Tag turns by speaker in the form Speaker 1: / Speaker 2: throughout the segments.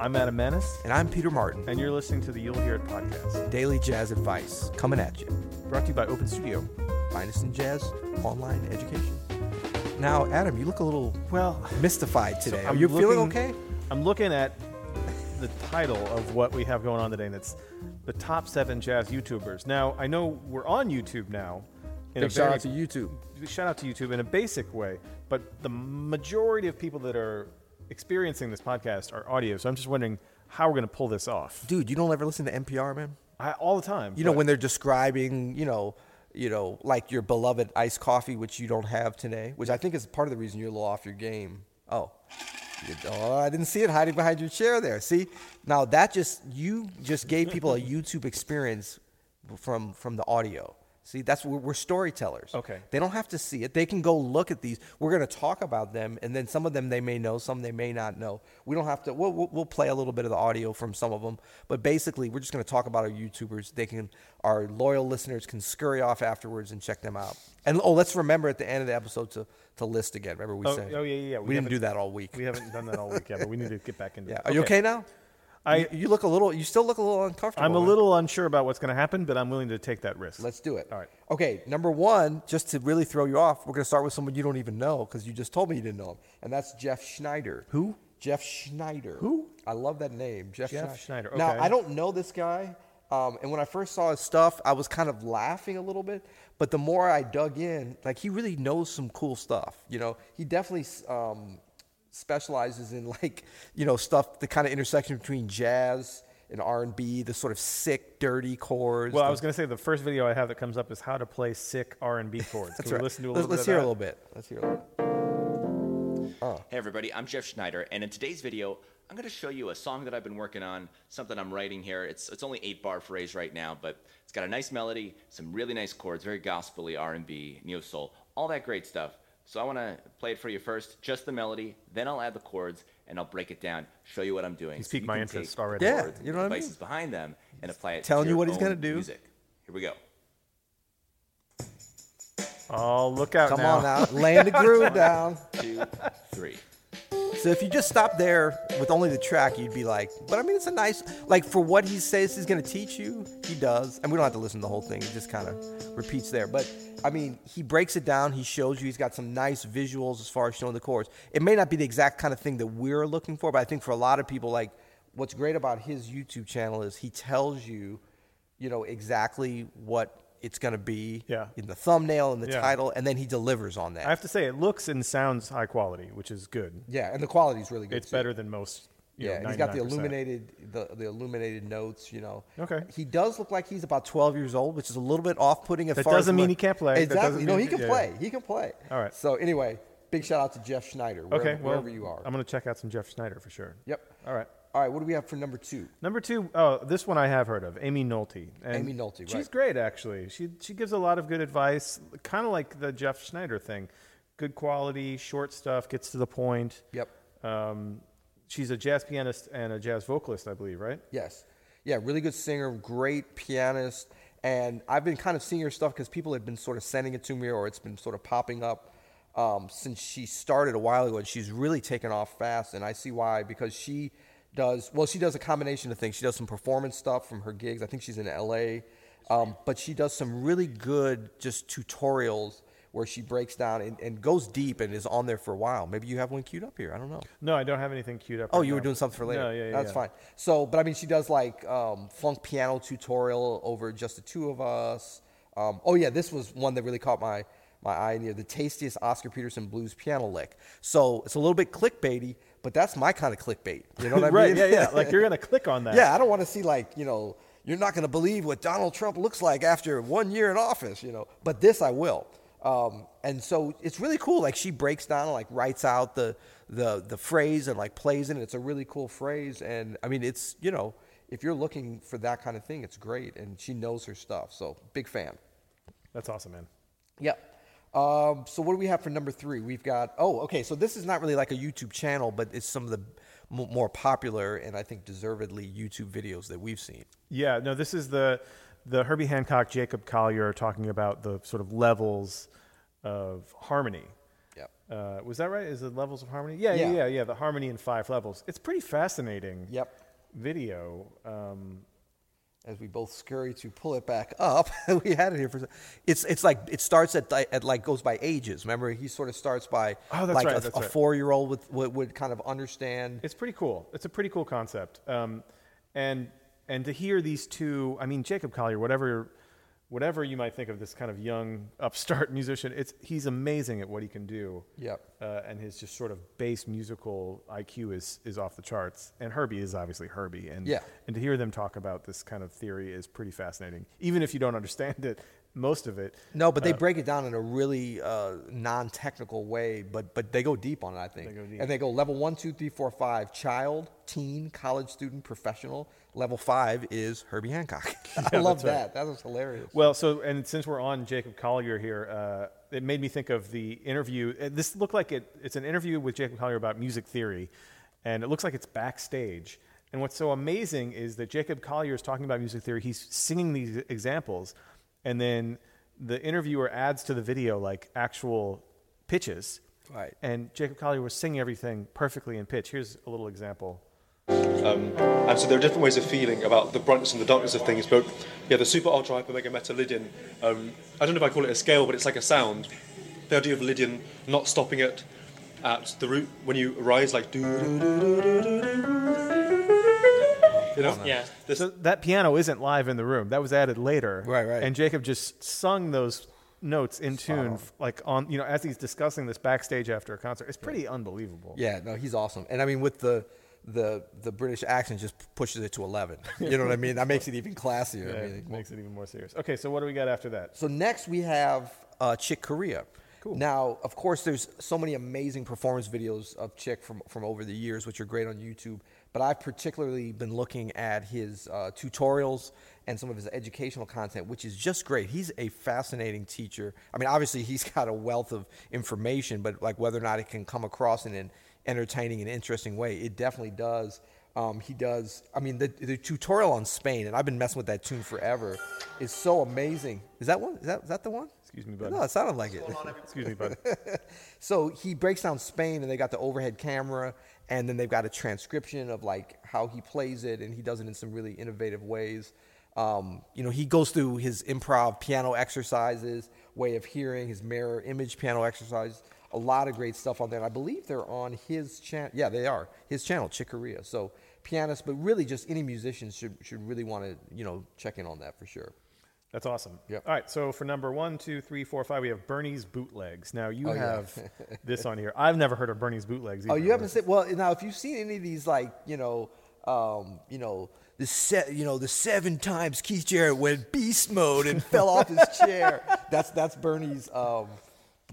Speaker 1: I'm Adam Menace,
Speaker 2: And I'm Peter Martin.
Speaker 1: and you're listening to the You'll Hear It podcast,
Speaker 2: Daily Jazz Advice coming at you.
Speaker 1: brought to you by Open Studio.
Speaker 2: Find us in jazz online education. Now, Adam, you look a little
Speaker 1: Well,
Speaker 2: mystified today. Are
Speaker 1: I'm
Speaker 2: you feeling
Speaker 1: looking-
Speaker 2: okay?
Speaker 1: I'm looking at the title of what we have going on today, and it's the top seven jazz YouTubers. Now, I know we're on YouTube now. In a
Speaker 2: Big shout
Speaker 1: very-
Speaker 2: out to YouTube.
Speaker 1: shout out to YouTube in a basic way, but the majority of people that are experiencing this podcast are audio. So I'm just wondering how we're going to pull this off
Speaker 2: Dude, you don't ever listen to NPR, man?
Speaker 1: I, all the time.
Speaker 2: You know,
Speaker 1: but-
Speaker 2: when they're describing, you know, you know, like your beloved iced coffee, which you don't have today, which I think is part of the reason you're a little off your game. Oh. You- Oh, I didn't see it hiding behind your chair there. See, now that just you just gave people a YouTube experience from from the audio. See, that's we're, we're storytellers.
Speaker 1: Okay.
Speaker 2: they don't have to see it. They can go look at these. We're going to talk about them, and then some of them they may know, some they may not know. We don't have to. We'll, we'll, we'll play a little bit of the audio from some of them, but basically, we're just going to talk about our YouTubers. They can, our loyal listeners can scurry off afterwards and check them out. And oh, let's remember at the end of the episode to to list again. Remember we
Speaker 1: Oh,
Speaker 2: said?
Speaker 1: oh, yeah, yeah, yeah.
Speaker 2: We,
Speaker 1: We
Speaker 2: didn't
Speaker 1: haven't-
Speaker 2: do that all week.
Speaker 1: we haven't done that all week yet, but we need to get back into
Speaker 2: yeah.
Speaker 1: it.
Speaker 2: Are you okay now?
Speaker 1: I-
Speaker 2: you, you look a little. You still look a little uncomfortable.
Speaker 1: I'm a
Speaker 2: man.
Speaker 1: little unsure about what's going to happen, but I'm willing to take that risk.
Speaker 2: Let's do it.
Speaker 1: All right.
Speaker 2: Okay, number one, just to really throw you off, we're going to start with someone you don't even know because you just told me you didn't know him, and that's Jeff Schneider.
Speaker 1: Who?
Speaker 2: Jeff Schneider.
Speaker 1: Who? I
Speaker 2: love that name, Jeff,
Speaker 1: Jeff Schneider, okay.
Speaker 2: Now I don't know this guy, um, and when I first saw his stuff, I was kind of laughing a little bit. But the more I dug in, like he really knows some cool stuff. You know, he definitely um, specializes in like you know stuff, the kind of intersection between jazz and R and B, the sort of sick, dirty chords.
Speaker 1: Well, I
Speaker 2: the-
Speaker 1: was going to say the first video I have that comes up is how to play sick R&B chords. Can
Speaker 2: That's
Speaker 1: we
Speaker 2: right.
Speaker 1: listen to a
Speaker 2: let's,
Speaker 1: little
Speaker 2: let's
Speaker 1: bit
Speaker 2: hear
Speaker 1: of
Speaker 2: a
Speaker 1: that?
Speaker 2: little bit. Let's hear a little. bit.
Speaker 3: Hey everybody, I'm Jeff Schneider, and in today's video, I'm going to show you a song that I've been working on, something I'm writing here. It's it's only eight bar phrase right now, but it's got a nice melody, some really nice chords, very gospely R&B, neo soul, all that great stuff. So I want to play it for you first, just the melody, then I'll add the chords, and I'll break it down, show you what I'm doing.
Speaker 1: He's
Speaker 3: so
Speaker 1: piqued
Speaker 3: you
Speaker 1: my
Speaker 3: can
Speaker 1: interest
Speaker 3: take
Speaker 1: already.
Speaker 2: Yeah,
Speaker 3: chords
Speaker 2: you know
Speaker 3: and
Speaker 2: what I
Speaker 3: devices
Speaker 2: mean?
Speaker 3: behind them and apply it.
Speaker 2: telling
Speaker 3: to
Speaker 2: you
Speaker 3: your
Speaker 2: what he's
Speaker 3: going
Speaker 2: gonna do.
Speaker 3: Music. Here we go.
Speaker 1: Oh, look out
Speaker 2: Come
Speaker 1: now.
Speaker 2: on now, laying the groove down.
Speaker 3: Two, three.
Speaker 2: So if you just stop there with only the track, you'd be like, but I mean, it's a nice like for what he says he's going to teach you, he does, and we don't have to listen to the whole thing. It just kind of repeats there, but I mean, he breaks it down. He shows you. He's got some nice visuals as far as showing the chords. It may not be the exact kind of thing that we're looking for, but I think for a lot of people, like what's great about his YouTube channel is he tells you, you know, exactly what it's going to be
Speaker 1: Yeah.
Speaker 2: in the thumbnail and the
Speaker 1: Yeah.
Speaker 2: title, and then he delivers on that.
Speaker 1: I have to say, it looks and sounds high quality, which is good.
Speaker 2: yeah, and the quality's really good.
Speaker 1: It's
Speaker 2: too.
Speaker 1: better than most. you know,
Speaker 2: Yeah, and he's got the
Speaker 1: 99%.
Speaker 2: illuminated the, the illuminated notes, you know.
Speaker 1: Okay.
Speaker 2: He does look like he's about 12 years old, which is a little bit off-putting. As
Speaker 1: That
Speaker 2: far as
Speaker 1: doesn't
Speaker 2: my-
Speaker 1: mean he can't play. That
Speaker 2: Exactly.
Speaker 1: doesn't
Speaker 2: No,
Speaker 1: mean-
Speaker 2: he can
Speaker 1: yeah, yeah.
Speaker 2: play. He can play.
Speaker 1: All right.
Speaker 2: So anyway, big shout out to Jeff Schneider. Wherever,
Speaker 1: Okay, well,
Speaker 2: wherever you are.
Speaker 1: I'm going to check out some Jeff Schneider for sure.
Speaker 2: Yep.
Speaker 1: All right.
Speaker 2: All right. What do we have for number two?
Speaker 1: Number two, oh, this one I have heard of, Amy Nolte. And
Speaker 2: Amy Nolte, right.
Speaker 1: She's great, actually. She she gives a lot of good advice, kind of like the Jeff Schneider thing. Good quality, short stuff, gets to the point.
Speaker 2: Yep.
Speaker 1: Um, she's a jazz pianist and a jazz vocalist, I believe, right?
Speaker 2: Yes. Yeah, really good singer, great pianist. And I've been kind of seeing her stuff because people have been sort of sending it to me or it's been sort of popping up um, since she started a while ago. And she's really taken off fast. And I see why because she does, well, she does a combination of things. She does some performance stuff from her gigs. I think she's in LA. Um, but she does some really good just tutorials where she breaks down and, and goes deep and is on there for a while. Maybe you have one queued up here. I don't know.
Speaker 1: No, I don't have anything queued up.
Speaker 2: Oh,
Speaker 1: right
Speaker 2: you were
Speaker 1: now.
Speaker 2: doing something for later.
Speaker 1: No, yeah, yeah.
Speaker 2: That's
Speaker 1: yeah.
Speaker 2: fine. So, but I mean, she does like um, funk piano tutorial over just the two of us. Um, oh yeah, this was one that really caught my my eye near the tastiest Oscar Peterson blues piano lick. So it's a little bit clickbaity, but that's my kind of clickbait. You know what I
Speaker 1: right,
Speaker 2: mean?
Speaker 1: yeah, yeah. Like you're gonna click on that.
Speaker 2: yeah, I don't want to see like you know you're not going to believe what Donald Trump looks like after one year in office, you know. But this I will. Um, and so it's really cool. Like she breaks down and like writes out the the the phrase and like plays it. And it's a really cool phrase. And I mean, it's you know if you're looking for that kind of thing, it's great. And she knows her stuff. So big fan.
Speaker 1: That's awesome, man.
Speaker 2: Yep. Um, so what do we have for number three? We've got oh, okay. So this is not really like a YouTube channel, but it's some of the m- more popular and I think deservedly YouTube videos that we've seen.
Speaker 1: Yeah, no, this is the the Herbie Hancock, Jacob Collier are talking about the sort of levels of harmony.
Speaker 2: Yep.
Speaker 1: Uh, was that right? Is the levels of harmony? Yeah, yeah,
Speaker 2: Yeah.
Speaker 1: yeah, yeah, The harmony in five levels. It's pretty fascinating.
Speaker 2: Yep.
Speaker 1: Video. Um,
Speaker 2: as we both scurry to pull it back up. we had it here for. a sec- It's it's like it starts at di- at like goes by ages. Remember, he sort of starts by
Speaker 1: Oh, that's
Speaker 2: like
Speaker 1: right,
Speaker 2: a,
Speaker 1: that's
Speaker 2: a
Speaker 1: right.
Speaker 2: four year old with would, would kind of understand.
Speaker 1: it's pretty cool. It's a pretty cool concept. Um, and and to hear these two, I mean Jacob Collier, whatever whatever you might think of this kind of young upstart musician, it's he's amazing at what he can do.
Speaker 2: Yep.
Speaker 1: Uh, and his just sort of bass musical IQ is is off the charts. And Herbie is obviously Herbie. And
Speaker 2: Yeah.
Speaker 1: and to hear them talk about this kind of theory is pretty fascinating. Even if you don't understand it, most of it.
Speaker 2: No, but they break it down in a really uh, non technical way, but but they go deep on it. I think,
Speaker 1: They go deep.
Speaker 2: and they go level one, two, three, four, five: child, teen, college student, professional. Level five is Herbie Hancock. I love
Speaker 1: that's
Speaker 2: that. That was hilarious.
Speaker 1: Well, so and since we're on Jacob Collier here, uh, it made me think of the interview. uh, This looked like it, it's an interview with Jacob Collier about music theory, and it looks like it's backstage. And what's so amazing is that Jacob Collier is talking about music theory. He's singing these examples, and then the interviewer adds to the video like actual pitches.
Speaker 2: Right.
Speaker 1: And Jacob Collier was singing everything perfectly in pitch. Here's a little example.
Speaker 4: And so there are different ways of feeling about the brightness and the darkness of things, but yeah, the super ultra hyper mega meta Lydian, um, I don't know if I call it a scale, but it's like a sound. The idea of Lydian not stopping it at the root when you rise, like do do do do do do do. You know?
Speaker 5: Yeah.
Speaker 4: This,
Speaker 1: So that piano isn't live in the room. That was added later.
Speaker 2: Right, right.
Speaker 1: And Jacob just sung those notes in tune, f- like on you know, as he's discussing this backstage after a concert. It's pretty unbelievable.
Speaker 2: Yeah, no, he's awesome. And I mean, with the the the British accent, just pushes it to eleven. You know what I mean? That makes it even classier. I
Speaker 1: Yeah,
Speaker 2: mean,
Speaker 1: it makes it even more serious. Okay, so what do we got after that?
Speaker 2: so next we have uh, Chick Corea.
Speaker 1: Cool.
Speaker 2: Now, of course, there's so many amazing performance videos of Chick from from over the years, which are great on YouTube. But I've particularly been looking at his uh, tutorials and some of his educational content, which is just great. He's a fascinating teacher. I mean, obviously, he's got a wealth of information, but like whether or not it can come across in an entertaining and interesting way, it definitely does. Um, he does. I mean, the, the tutorial on Spain, and I've been messing with that tune forever, is so amazing. Is that one? Is that, is that the one?
Speaker 1: Excuse me, bud.
Speaker 2: No, it sounded like it.
Speaker 1: Excuse me, bud.
Speaker 2: So he breaks down Spain, and they got the overhead camera, and then they've got a transcription of like how he plays it, and he does it in some really innovative ways. Um, you know, he goes through his improv piano exercises, way of hearing, his mirror image piano exercises. A lot of great stuff on there. And I believe they're on his channel. Yeah, they are his channel, Chicoria. So pianists, but really just any musician should should really want to you know check in on that for sure.
Speaker 1: That's awesome.
Speaker 2: Yep.
Speaker 1: All right, so for number one, two, three, four, five, we have Bernie's bootlegs. Now you
Speaker 2: Oh, yeah.
Speaker 1: have this on here. I've never heard of Bernie's bootlegs. Either.
Speaker 2: Oh, you haven't seen. Well, now if you've seen any of these, like you know, um, you know the set, you know the seven times Keith Jarrett went beast mode and fell off his chair. That's that's Bernie's um,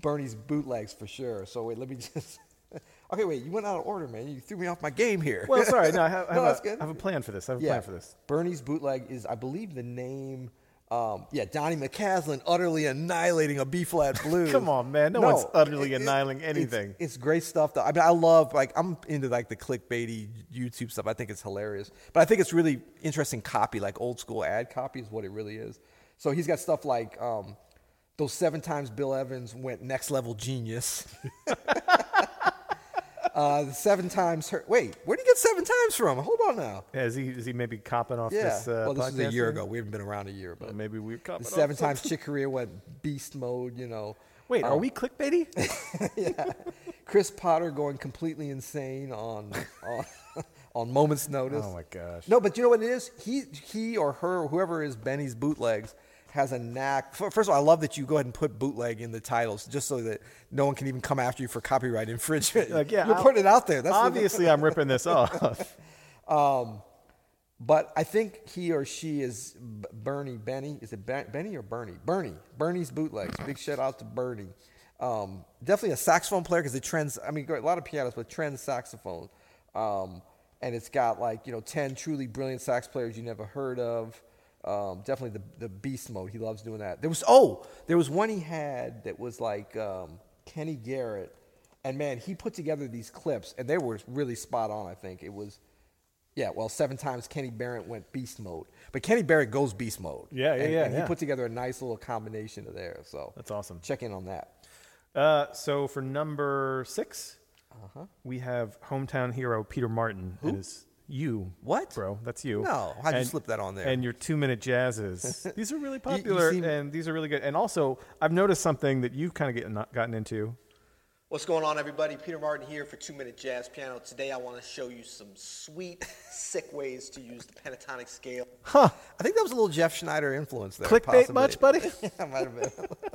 Speaker 2: Bernie's bootlegs for sure. So wait, let me just. Okay, wait. You went out of order, man. You threw me off my game here.
Speaker 1: Well, sorry. No, I have, I
Speaker 2: No,
Speaker 1: have,
Speaker 2: that's
Speaker 1: a,
Speaker 2: good.
Speaker 1: I have a plan for this. I have a plan for this.
Speaker 2: Bernie's bootleg is, I believe, the name. Um, yeah, Donnie McCaslin utterly annihilating a B flat blues.
Speaker 1: Come on, man. No one's utterly annihilating
Speaker 2: it's-
Speaker 1: anything.
Speaker 2: It's, great stuff, though. I mean, I love like I'm into like the clickbaity YouTube stuff. I think it's hilarious, but I think it's really interesting copy, like old school ad copy, is what it really is. So he's got stuff like um, those seven times Bill Evans went next level genius. uh, the seven times. Her- Wait, where do you get seven times from? Hold on now.
Speaker 1: Yeah, is he is he maybe copping off
Speaker 2: Yeah.
Speaker 1: this? Uh,
Speaker 2: well, this is a
Speaker 1: podcast
Speaker 2: year
Speaker 1: thing?
Speaker 2: ago. We haven't been around a year, but
Speaker 1: Well, maybe we're
Speaker 2: the
Speaker 1: copping off
Speaker 2: seven
Speaker 1: something.
Speaker 2: times Chick Corea went beast mode. You know.
Speaker 1: Wait,
Speaker 2: Oh.
Speaker 1: are we clickbaity?
Speaker 2: yeah. Chris Potter going completely insane on on, on moments notice.
Speaker 1: Oh my gosh.
Speaker 2: No, but you know what it is? He he or her, whoever is Benny's bootlegs, has a knack. fir- First of all, I love that you go ahead and put bootleg in the titles just so that no one can even come after you for copyright infringement.
Speaker 1: Like, yeah,
Speaker 2: you're
Speaker 1: I'll-
Speaker 2: putting it out there. That's what-
Speaker 1: Obviously, I'm ripping this off.
Speaker 2: But I think he or she is B- Bernie Benny. Is it ben- Benny or Bernie? Bernie. Bernie's bootlegs. Big shout out to Bernie. Um, definitely a saxophone player because it trends. I mean, a lot of pianists, but trends saxophone. Um, and it's got like you know ten truly brilliant sax players you never heard of. Um, definitely the the beast mode. He loves doing that. There was oh, there was one he had that was like um, Kenny Garrett, and man, he put together these clips and they were really spot on. I think it was. Yeah, well, seven times Kenny Barrett went beast mode, but Kenny Barrett goes beast mode.
Speaker 1: Yeah, yeah,
Speaker 2: and,
Speaker 1: yeah,
Speaker 2: And
Speaker 1: yeah.
Speaker 2: he put together a nice little combination of there. So
Speaker 1: That's awesome.
Speaker 2: Check in on that.
Speaker 1: Uh, so for number 6
Speaker 2: Uh-huh.
Speaker 1: we have hometown hero Peter Martin. Who? Is you
Speaker 2: What?
Speaker 1: bro? That's you.
Speaker 2: No, how'd you slip that on there?
Speaker 1: And your two minute jazzes. these are really
Speaker 2: you
Speaker 1: popular,
Speaker 2: seem-
Speaker 1: and these are really good. And also, I've noticed something that you've kind of get, not gotten into.
Speaker 5: What's going on, everybody? Peter Martin here for Two Minute Jazz Piano. Today, I want to show you some sweet, sick ways to use the pentatonic scale.
Speaker 2: I think that was a little Jeff Schneider influence there.
Speaker 1: Clickbait
Speaker 2: possibly.
Speaker 1: much, buddy?
Speaker 2: yeah, might have been.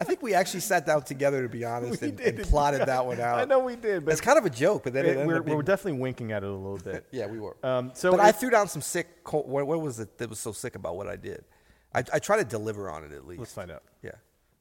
Speaker 2: I think we actually sat down together to be honest
Speaker 1: We
Speaker 2: and,
Speaker 1: did.
Speaker 2: and plotted that one out.
Speaker 1: I know we did, but
Speaker 2: it's kind of a joke, but then it,
Speaker 1: it-
Speaker 2: ended
Speaker 1: we're,
Speaker 2: up being-
Speaker 1: we're definitely winking at it a little bit.
Speaker 2: yeah, we were.
Speaker 1: Um, so
Speaker 2: but I
Speaker 1: if-
Speaker 2: threw down some sick. co- What, what was it that was so sick about what I did? I, I try to deliver on it at least.
Speaker 1: Let's find out.
Speaker 2: Yeah.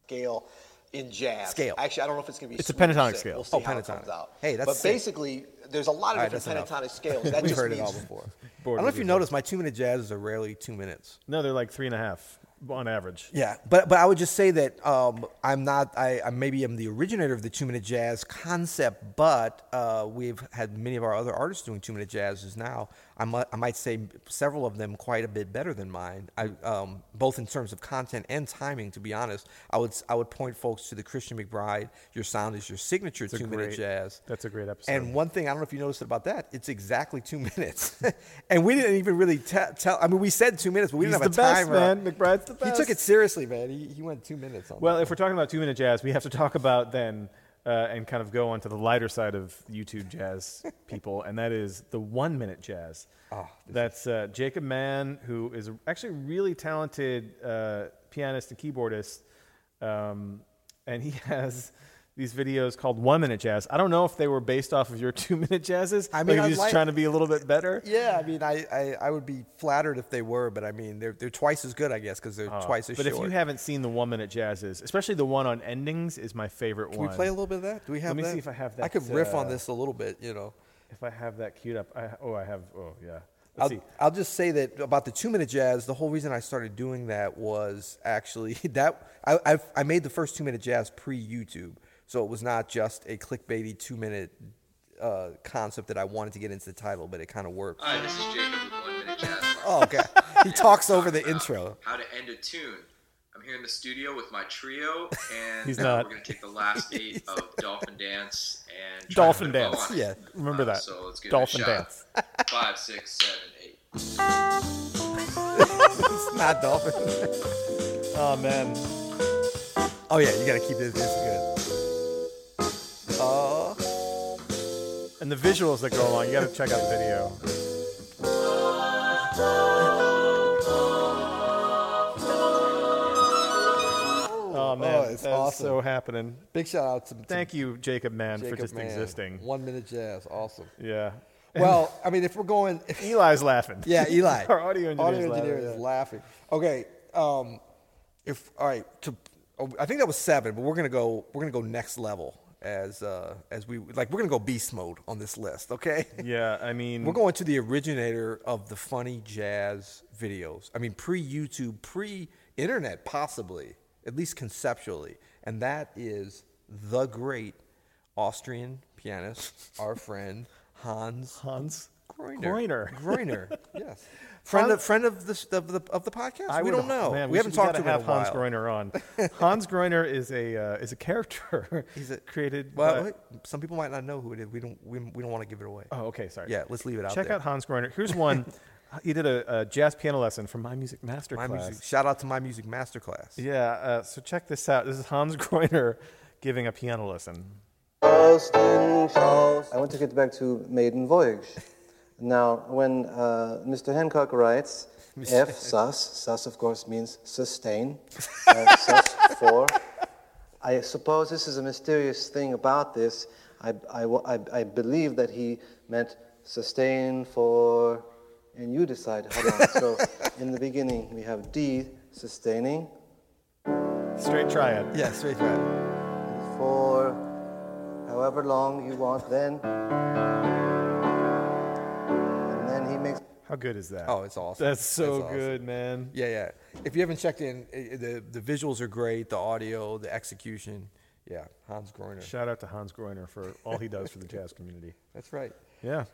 Speaker 5: scale in jazz.
Speaker 2: Scale.
Speaker 5: Actually, I don't know if it's going to be.
Speaker 1: It's a
Speaker 5: sweet or
Speaker 1: pentatonic
Speaker 5: sick.
Speaker 1: scale.
Speaker 5: We'll see
Speaker 2: Oh,
Speaker 5: how it
Speaker 2: pentatonic.
Speaker 5: comes out.
Speaker 2: Hey, that's
Speaker 5: But
Speaker 2: sick.
Speaker 5: basically, there's a lot of
Speaker 2: All right,
Speaker 5: different
Speaker 2: that's
Speaker 5: pentatonic
Speaker 2: enough.
Speaker 5: scales. That
Speaker 2: We've
Speaker 5: just
Speaker 2: heard
Speaker 5: means
Speaker 2: it all before. I
Speaker 1: Bored
Speaker 2: don't know
Speaker 1: with
Speaker 2: if you
Speaker 1: these
Speaker 2: noticed, my two minute jazzes are rarely two minutes.
Speaker 1: No, they're like three and a half on average.
Speaker 2: Yeah, but but I would just say that um, I'm not. I, I maybe am the originator of the two minute jazz concept, but uh, we've had many of our other artists doing two minute jazzes now. I might I might say several of them quite a bit better than mine. I um, both in terms of content and timing. To be honest, I would s- I would point folks to the Christian McBride. Your sound is your signature
Speaker 1: a
Speaker 2: two minute
Speaker 1: great-
Speaker 2: jazz.
Speaker 1: that's a great episode.
Speaker 2: And one thing I don't know if you noticed about that, it's exactly two minutes, and we didn't even really te- tell. I mean, we said two minutes, but we
Speaker 1: He's
Speaker 2: didn't have
Speaker 1: the
Speaker 2: a
Speaker 1: best,
Speaker 2: timer.
Speaker 1: man. McBride's the
Speaker 2: He took
Speaker 1: best.
Speaker 2: it seriously, man. He, he went two minutes on
Speaker 1: Well,
Speaker 2: that.
Speaker 1: if we're talking about two minute jazz, we have to talk about then uh, and kind of go on to the lighter side of YouTube jazz people, and that is the one minute jazz.
Speaker 2: Ah,
Speaker 1: That's uh, Jacob Mann, who is actually a really talented uh, pianist and keyboardist, um, and he has. These videos called One Minute Jazz. I don't know if they were based off of your two minute jazzes.
Speaker 2: I
Speaker 1: I
Speaker 2: mean,
Speaker 1: mean, maybe
Speaker 2: I'd
Speaker 1: just
Speaker 2: like-
Speaker 1: trying to be a little bit better.
Speaker 2: yeah, I mean, I, I, I would be flattered if they were, but I mean, they're they're twice as good, I guess, because they're twice as
Speaker 1: Oh, But
Speaker 2: short.
Speaker 1: if you haven't seen the one minute jazzes, especially the one on endings, is my favorite
Speaker 2: Can
Speaker 1: one.
Speaker 2: we play a little bit of that? Do we have?
Speaker 1: me
Speaker 2: that?
Speaker 1: see if I have
Speaker 2: I could
Speaker 1: that,
Speaker 2: riff on
Speaker 1: uh,
Speaker 2: this a little bit, you know.
Speaker 1: If I have that queued up, I, oh, I have. Oh, yeah. Let's
Speaker 2: I'll,
Speaker 1: see.
Speaker 2: I'll just say that about the two minute jazz, the whole reason I started doing that was actually that I, I've, I made the first two minute jazz pre YouTube. So it was not just a clickbaity two minute uh, concept that I wanted to get into the title, but it kind of worked.
Speaker 6: Hi, this is Jacob with One Minute Jazz.
Speaker 2: Oh, okay. He talks over the intro.
Speaker 6: How to end a tune. I'm here in the studio with my trio, and
Speaker 1: He's
Speaker 6: uh,
Speaker 1: not.
Speaker 6: we're going to take the last eight of Dolphin Dance and try
Speaker 1: Dolphin
Speaker 6: to put a bow
Speaker 1: Dance,
Speaker 6: on it. Uh,
Speaker 2: yeah.
Speaker 1: Remember that.
Speaker 6: So let's give
Speaker 1: Dolphin
Speaker 6: it a shot.
Speaker 1: Dance.
Speaker 6: Five, six, seven, eight.
Speaker 2: It's not Dolphin.
Speaker 1: Oh, man.
Speaker 2: Oh, yeah, you got to keep this. This is good. Oh,
Speaker 1: And the visuals that go along, you got to check out the video. Oh, man.
Speaker 2: it's
Speaker 1: That is
Speaker 2: awesome.
Speaker 1: so happening.
Speaker 2: big shout out to, to
Speaker 1: Thank you, Jacob Man,
Speaker 2: Jacob
Speaker 1: for just
Speaker 2: Mann.
Speaker 1: existing.
Speaker 2: One minute jazz. Awesome.
Speaker 1: Yeah.
Speaker 2: Well, I mean, if we're going.
Speaker 1: Eli's laughing.
Speaker 2: Yeah, Eli.
Speaker 1: Our audio engineer's
Speaker 2: engineer
Speaker 1: laughing,
Speaker 2: is
Speaker 1: yeah.
Speaker 2: laughing. Okay. Um, if all right, to oh, I think that was seven, but we're gonna go. We're gonna go next level as uh, as we like. We're gonna go beast mode on this list. Okay.
Speaker 1: Yeah, I mean,
Speaker 2: We're going to the originator of the funny jazz videos. I mean, pre YouTube, pre internet, possibly, at least conceptually. And that is the great Austrian pianist, our friend Hans
Speaker 1: Hans
Speaker 2: Groiner.
Speaker 1: Groiner.
Speaker 2: Groiner, yes. Friend of friend of the of the, of the podcast. we
Speaker 1: would-
Speaker 2: don't know.
Speaker 1: man,
Speaker 2: we, haven't
Speaker 1: should-
Speaker 2: talked
Speaker 1: gotta
Speaker 2: to him in a
Speaker 1: have Hans
Speaker 2: while.
Speaker 1: Groiner on. Hans Groiner is a uh, is a character.
Speaker 2: He's a,
Speaker 1: created.
Speaker 2: Well,
Speaker 1: by-
Speaker 2: wait, some people might not know who it is. We don't. We, we don't want to give it away.
Speaker 1: Oh, okay, sorry.
Speaker 2: Yeah, let's leave it out
Speaker 1: Check
Speaker 2: there.
Speaker 1: out Hans Groiner. Here's one. he did a, a jazz piano lesson from My Music Masterclass.
Speaker 2: my music. Shout out to my music masterclass.
Speaker 1: Yeah. Uh, so check this out. This is Hans Groiner giving a piano lesson.
Speaker 7: I want to get back to Maiden Voyage. Now, when uh, Mr. Hancock writes F sus, sus of course means sustain, uh, sus four. I suppose this is a mysterious thing about this. I, I, wa- I- I believe that he meant sustain for, and you decide how long. so in the beginning, we have D sustaining,
Speaker 1: Straight triad.
Speaker 2: Yeah, straight thread.
Speaker 7: for however long you want then. And then he makes
Speaker 1: How good is that?
Speaker 2: Oh, it's awesome.
Speaker 1: That's so
Speaker 2: That's awesome.
Speaker 1: good, man.
Speaker 2: Yeah, yeah. If you haven't checked in, i- i- the the visuals are great. The audio, the execution. Yeah, Hans Groiner.
Speaker 1: Shout out to Hans Groiner for all he does for the jazz community.
Speaker 2: That's right.
Speaker 1: Yeah.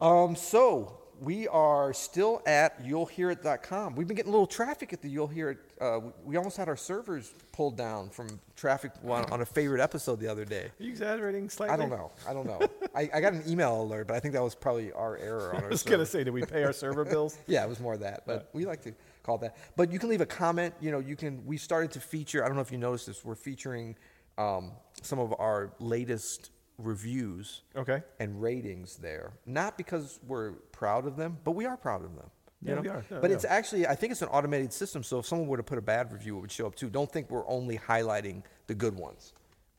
Speaker 2: Um, so We are still at you'llhearit.com. We've been getting a little traffic at the You'll Hear It. Uh, we almost had our servers pulled down from traffic on, on a favorite episode the other day.
Speaker 1: Are you exaggerating slightly?
Speaker 2: I don't know. I don't know. I, I got an email alert, but I think that was probably our error on
Speaker 1: I
Speaker 2: our
Speaker 1: was going to
Speaker 2: server.
Speaker 1: say, did we pay our server bills?
Speaker 2: Yeah, it was more that, but we like to call it that. But you can leave a comment. You know, you can. We started to feature. I don't know if you noticed this. We're featuring um, some of our latest reviews.
Speaker 1: Okay.
Speaker 2: And ratings there, not because we're proud of them, but we are proud of them. You
Speaker 1: Yeah,
Speaker 2: know?
Speaker 1: we are. No,
Speaker 2: but
Speaker 1: no.
Speaker 2: it's actually, I think it's an automated system. So if someone were to put a bad review, it would show up too. Don't think we're only highlighting the good ones.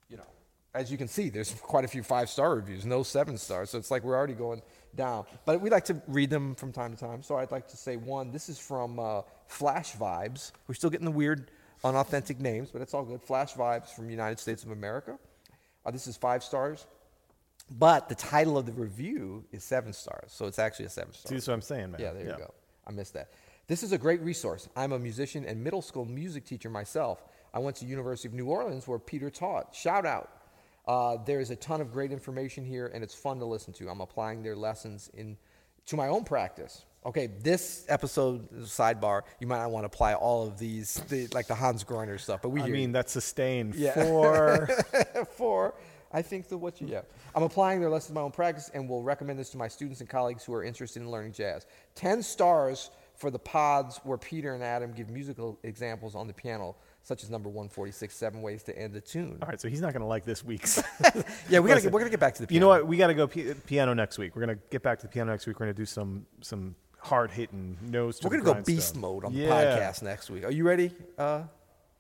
Speaker 2: You know, as you can see, there's quite a few five star reviews, no seven stars. So it's like we're already going down. But we like to read them from time to time. So I'd like to say one. This is from uh, Flash Vibes. We're still getting the weird, unauthentic names, but it's all good. Flash Vibes from United States of America. Uh, this is five stars. But the title of the review is seven stars, so it's actually a seven star.
Speaker 1: See, that's what I'm saying, man.
Speaker 2: Yeah, there you go. I missed that. This is a great resource. I'm a musician and middle school music teacher myself. I went to University of New Orleans where Peter taught. Shout out. Uh, there's a ton of great information here, and it's fun to listen to. I'm applying their lessons in to my own practice. Okay, this episode sidebar. You might not want to apply all of these, the, like the Hans Groener stuff, but we.
Speaker 1: I
Speaker 2: hear you
Speaker 1: mean, that's sustained
Speaker 2: Yeah.
Speaker 1: for.
Speaker 2: for I think the what you yeah. I'm applying their lessons to my own practice and will recommend this to my students and colleagues who are interested in learning jazz. Ten stars for the pods where Peter and Adam give musical examples on the piano, such as number one forty six, seven ways to end a tune.
Speaker 1: All right, so he's not going to like this week's.
Speaker 2: Uh, Yeah, we gotta
Speaker 1: Listen,
Speaker 2: get, we're gonna get back to the piano.
Speaker 1: You know what? We got to go pi- piano next week. We're going to get back to the piano next week. We're going to do some some hard hitting nose. To
Speaker 2: We're
Speaker 1: the
Speaker 2: gonna go
Speaker 1: grindstone.
Speaker 2: beast mode on the
Speaker 1: Yeah.
Speaker 2: podcast next week. Are you ready? Uh,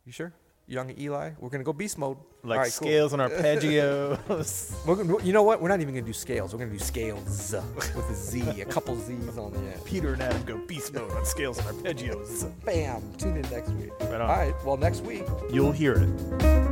Speaker 2: you sure? Young Eli, we're gonna go beast mode.
Speaker 1: Like
Speaker 2: All right, cool.
Speaker 1: scales and arpeggios.
Speaker 2: We're gonna- you know what? We're not even gonna do scales. We're gonna do scales with a Z, a couple Z's on the end.
Speaker 1: Peter and Adam go beast mode on scales and arpeggios.
Speaker 2: Bam! Tune in next week.
Speaker 1: Right on.
Speaker 2: All right. Well, next week
Speaker 1: You'll hear it.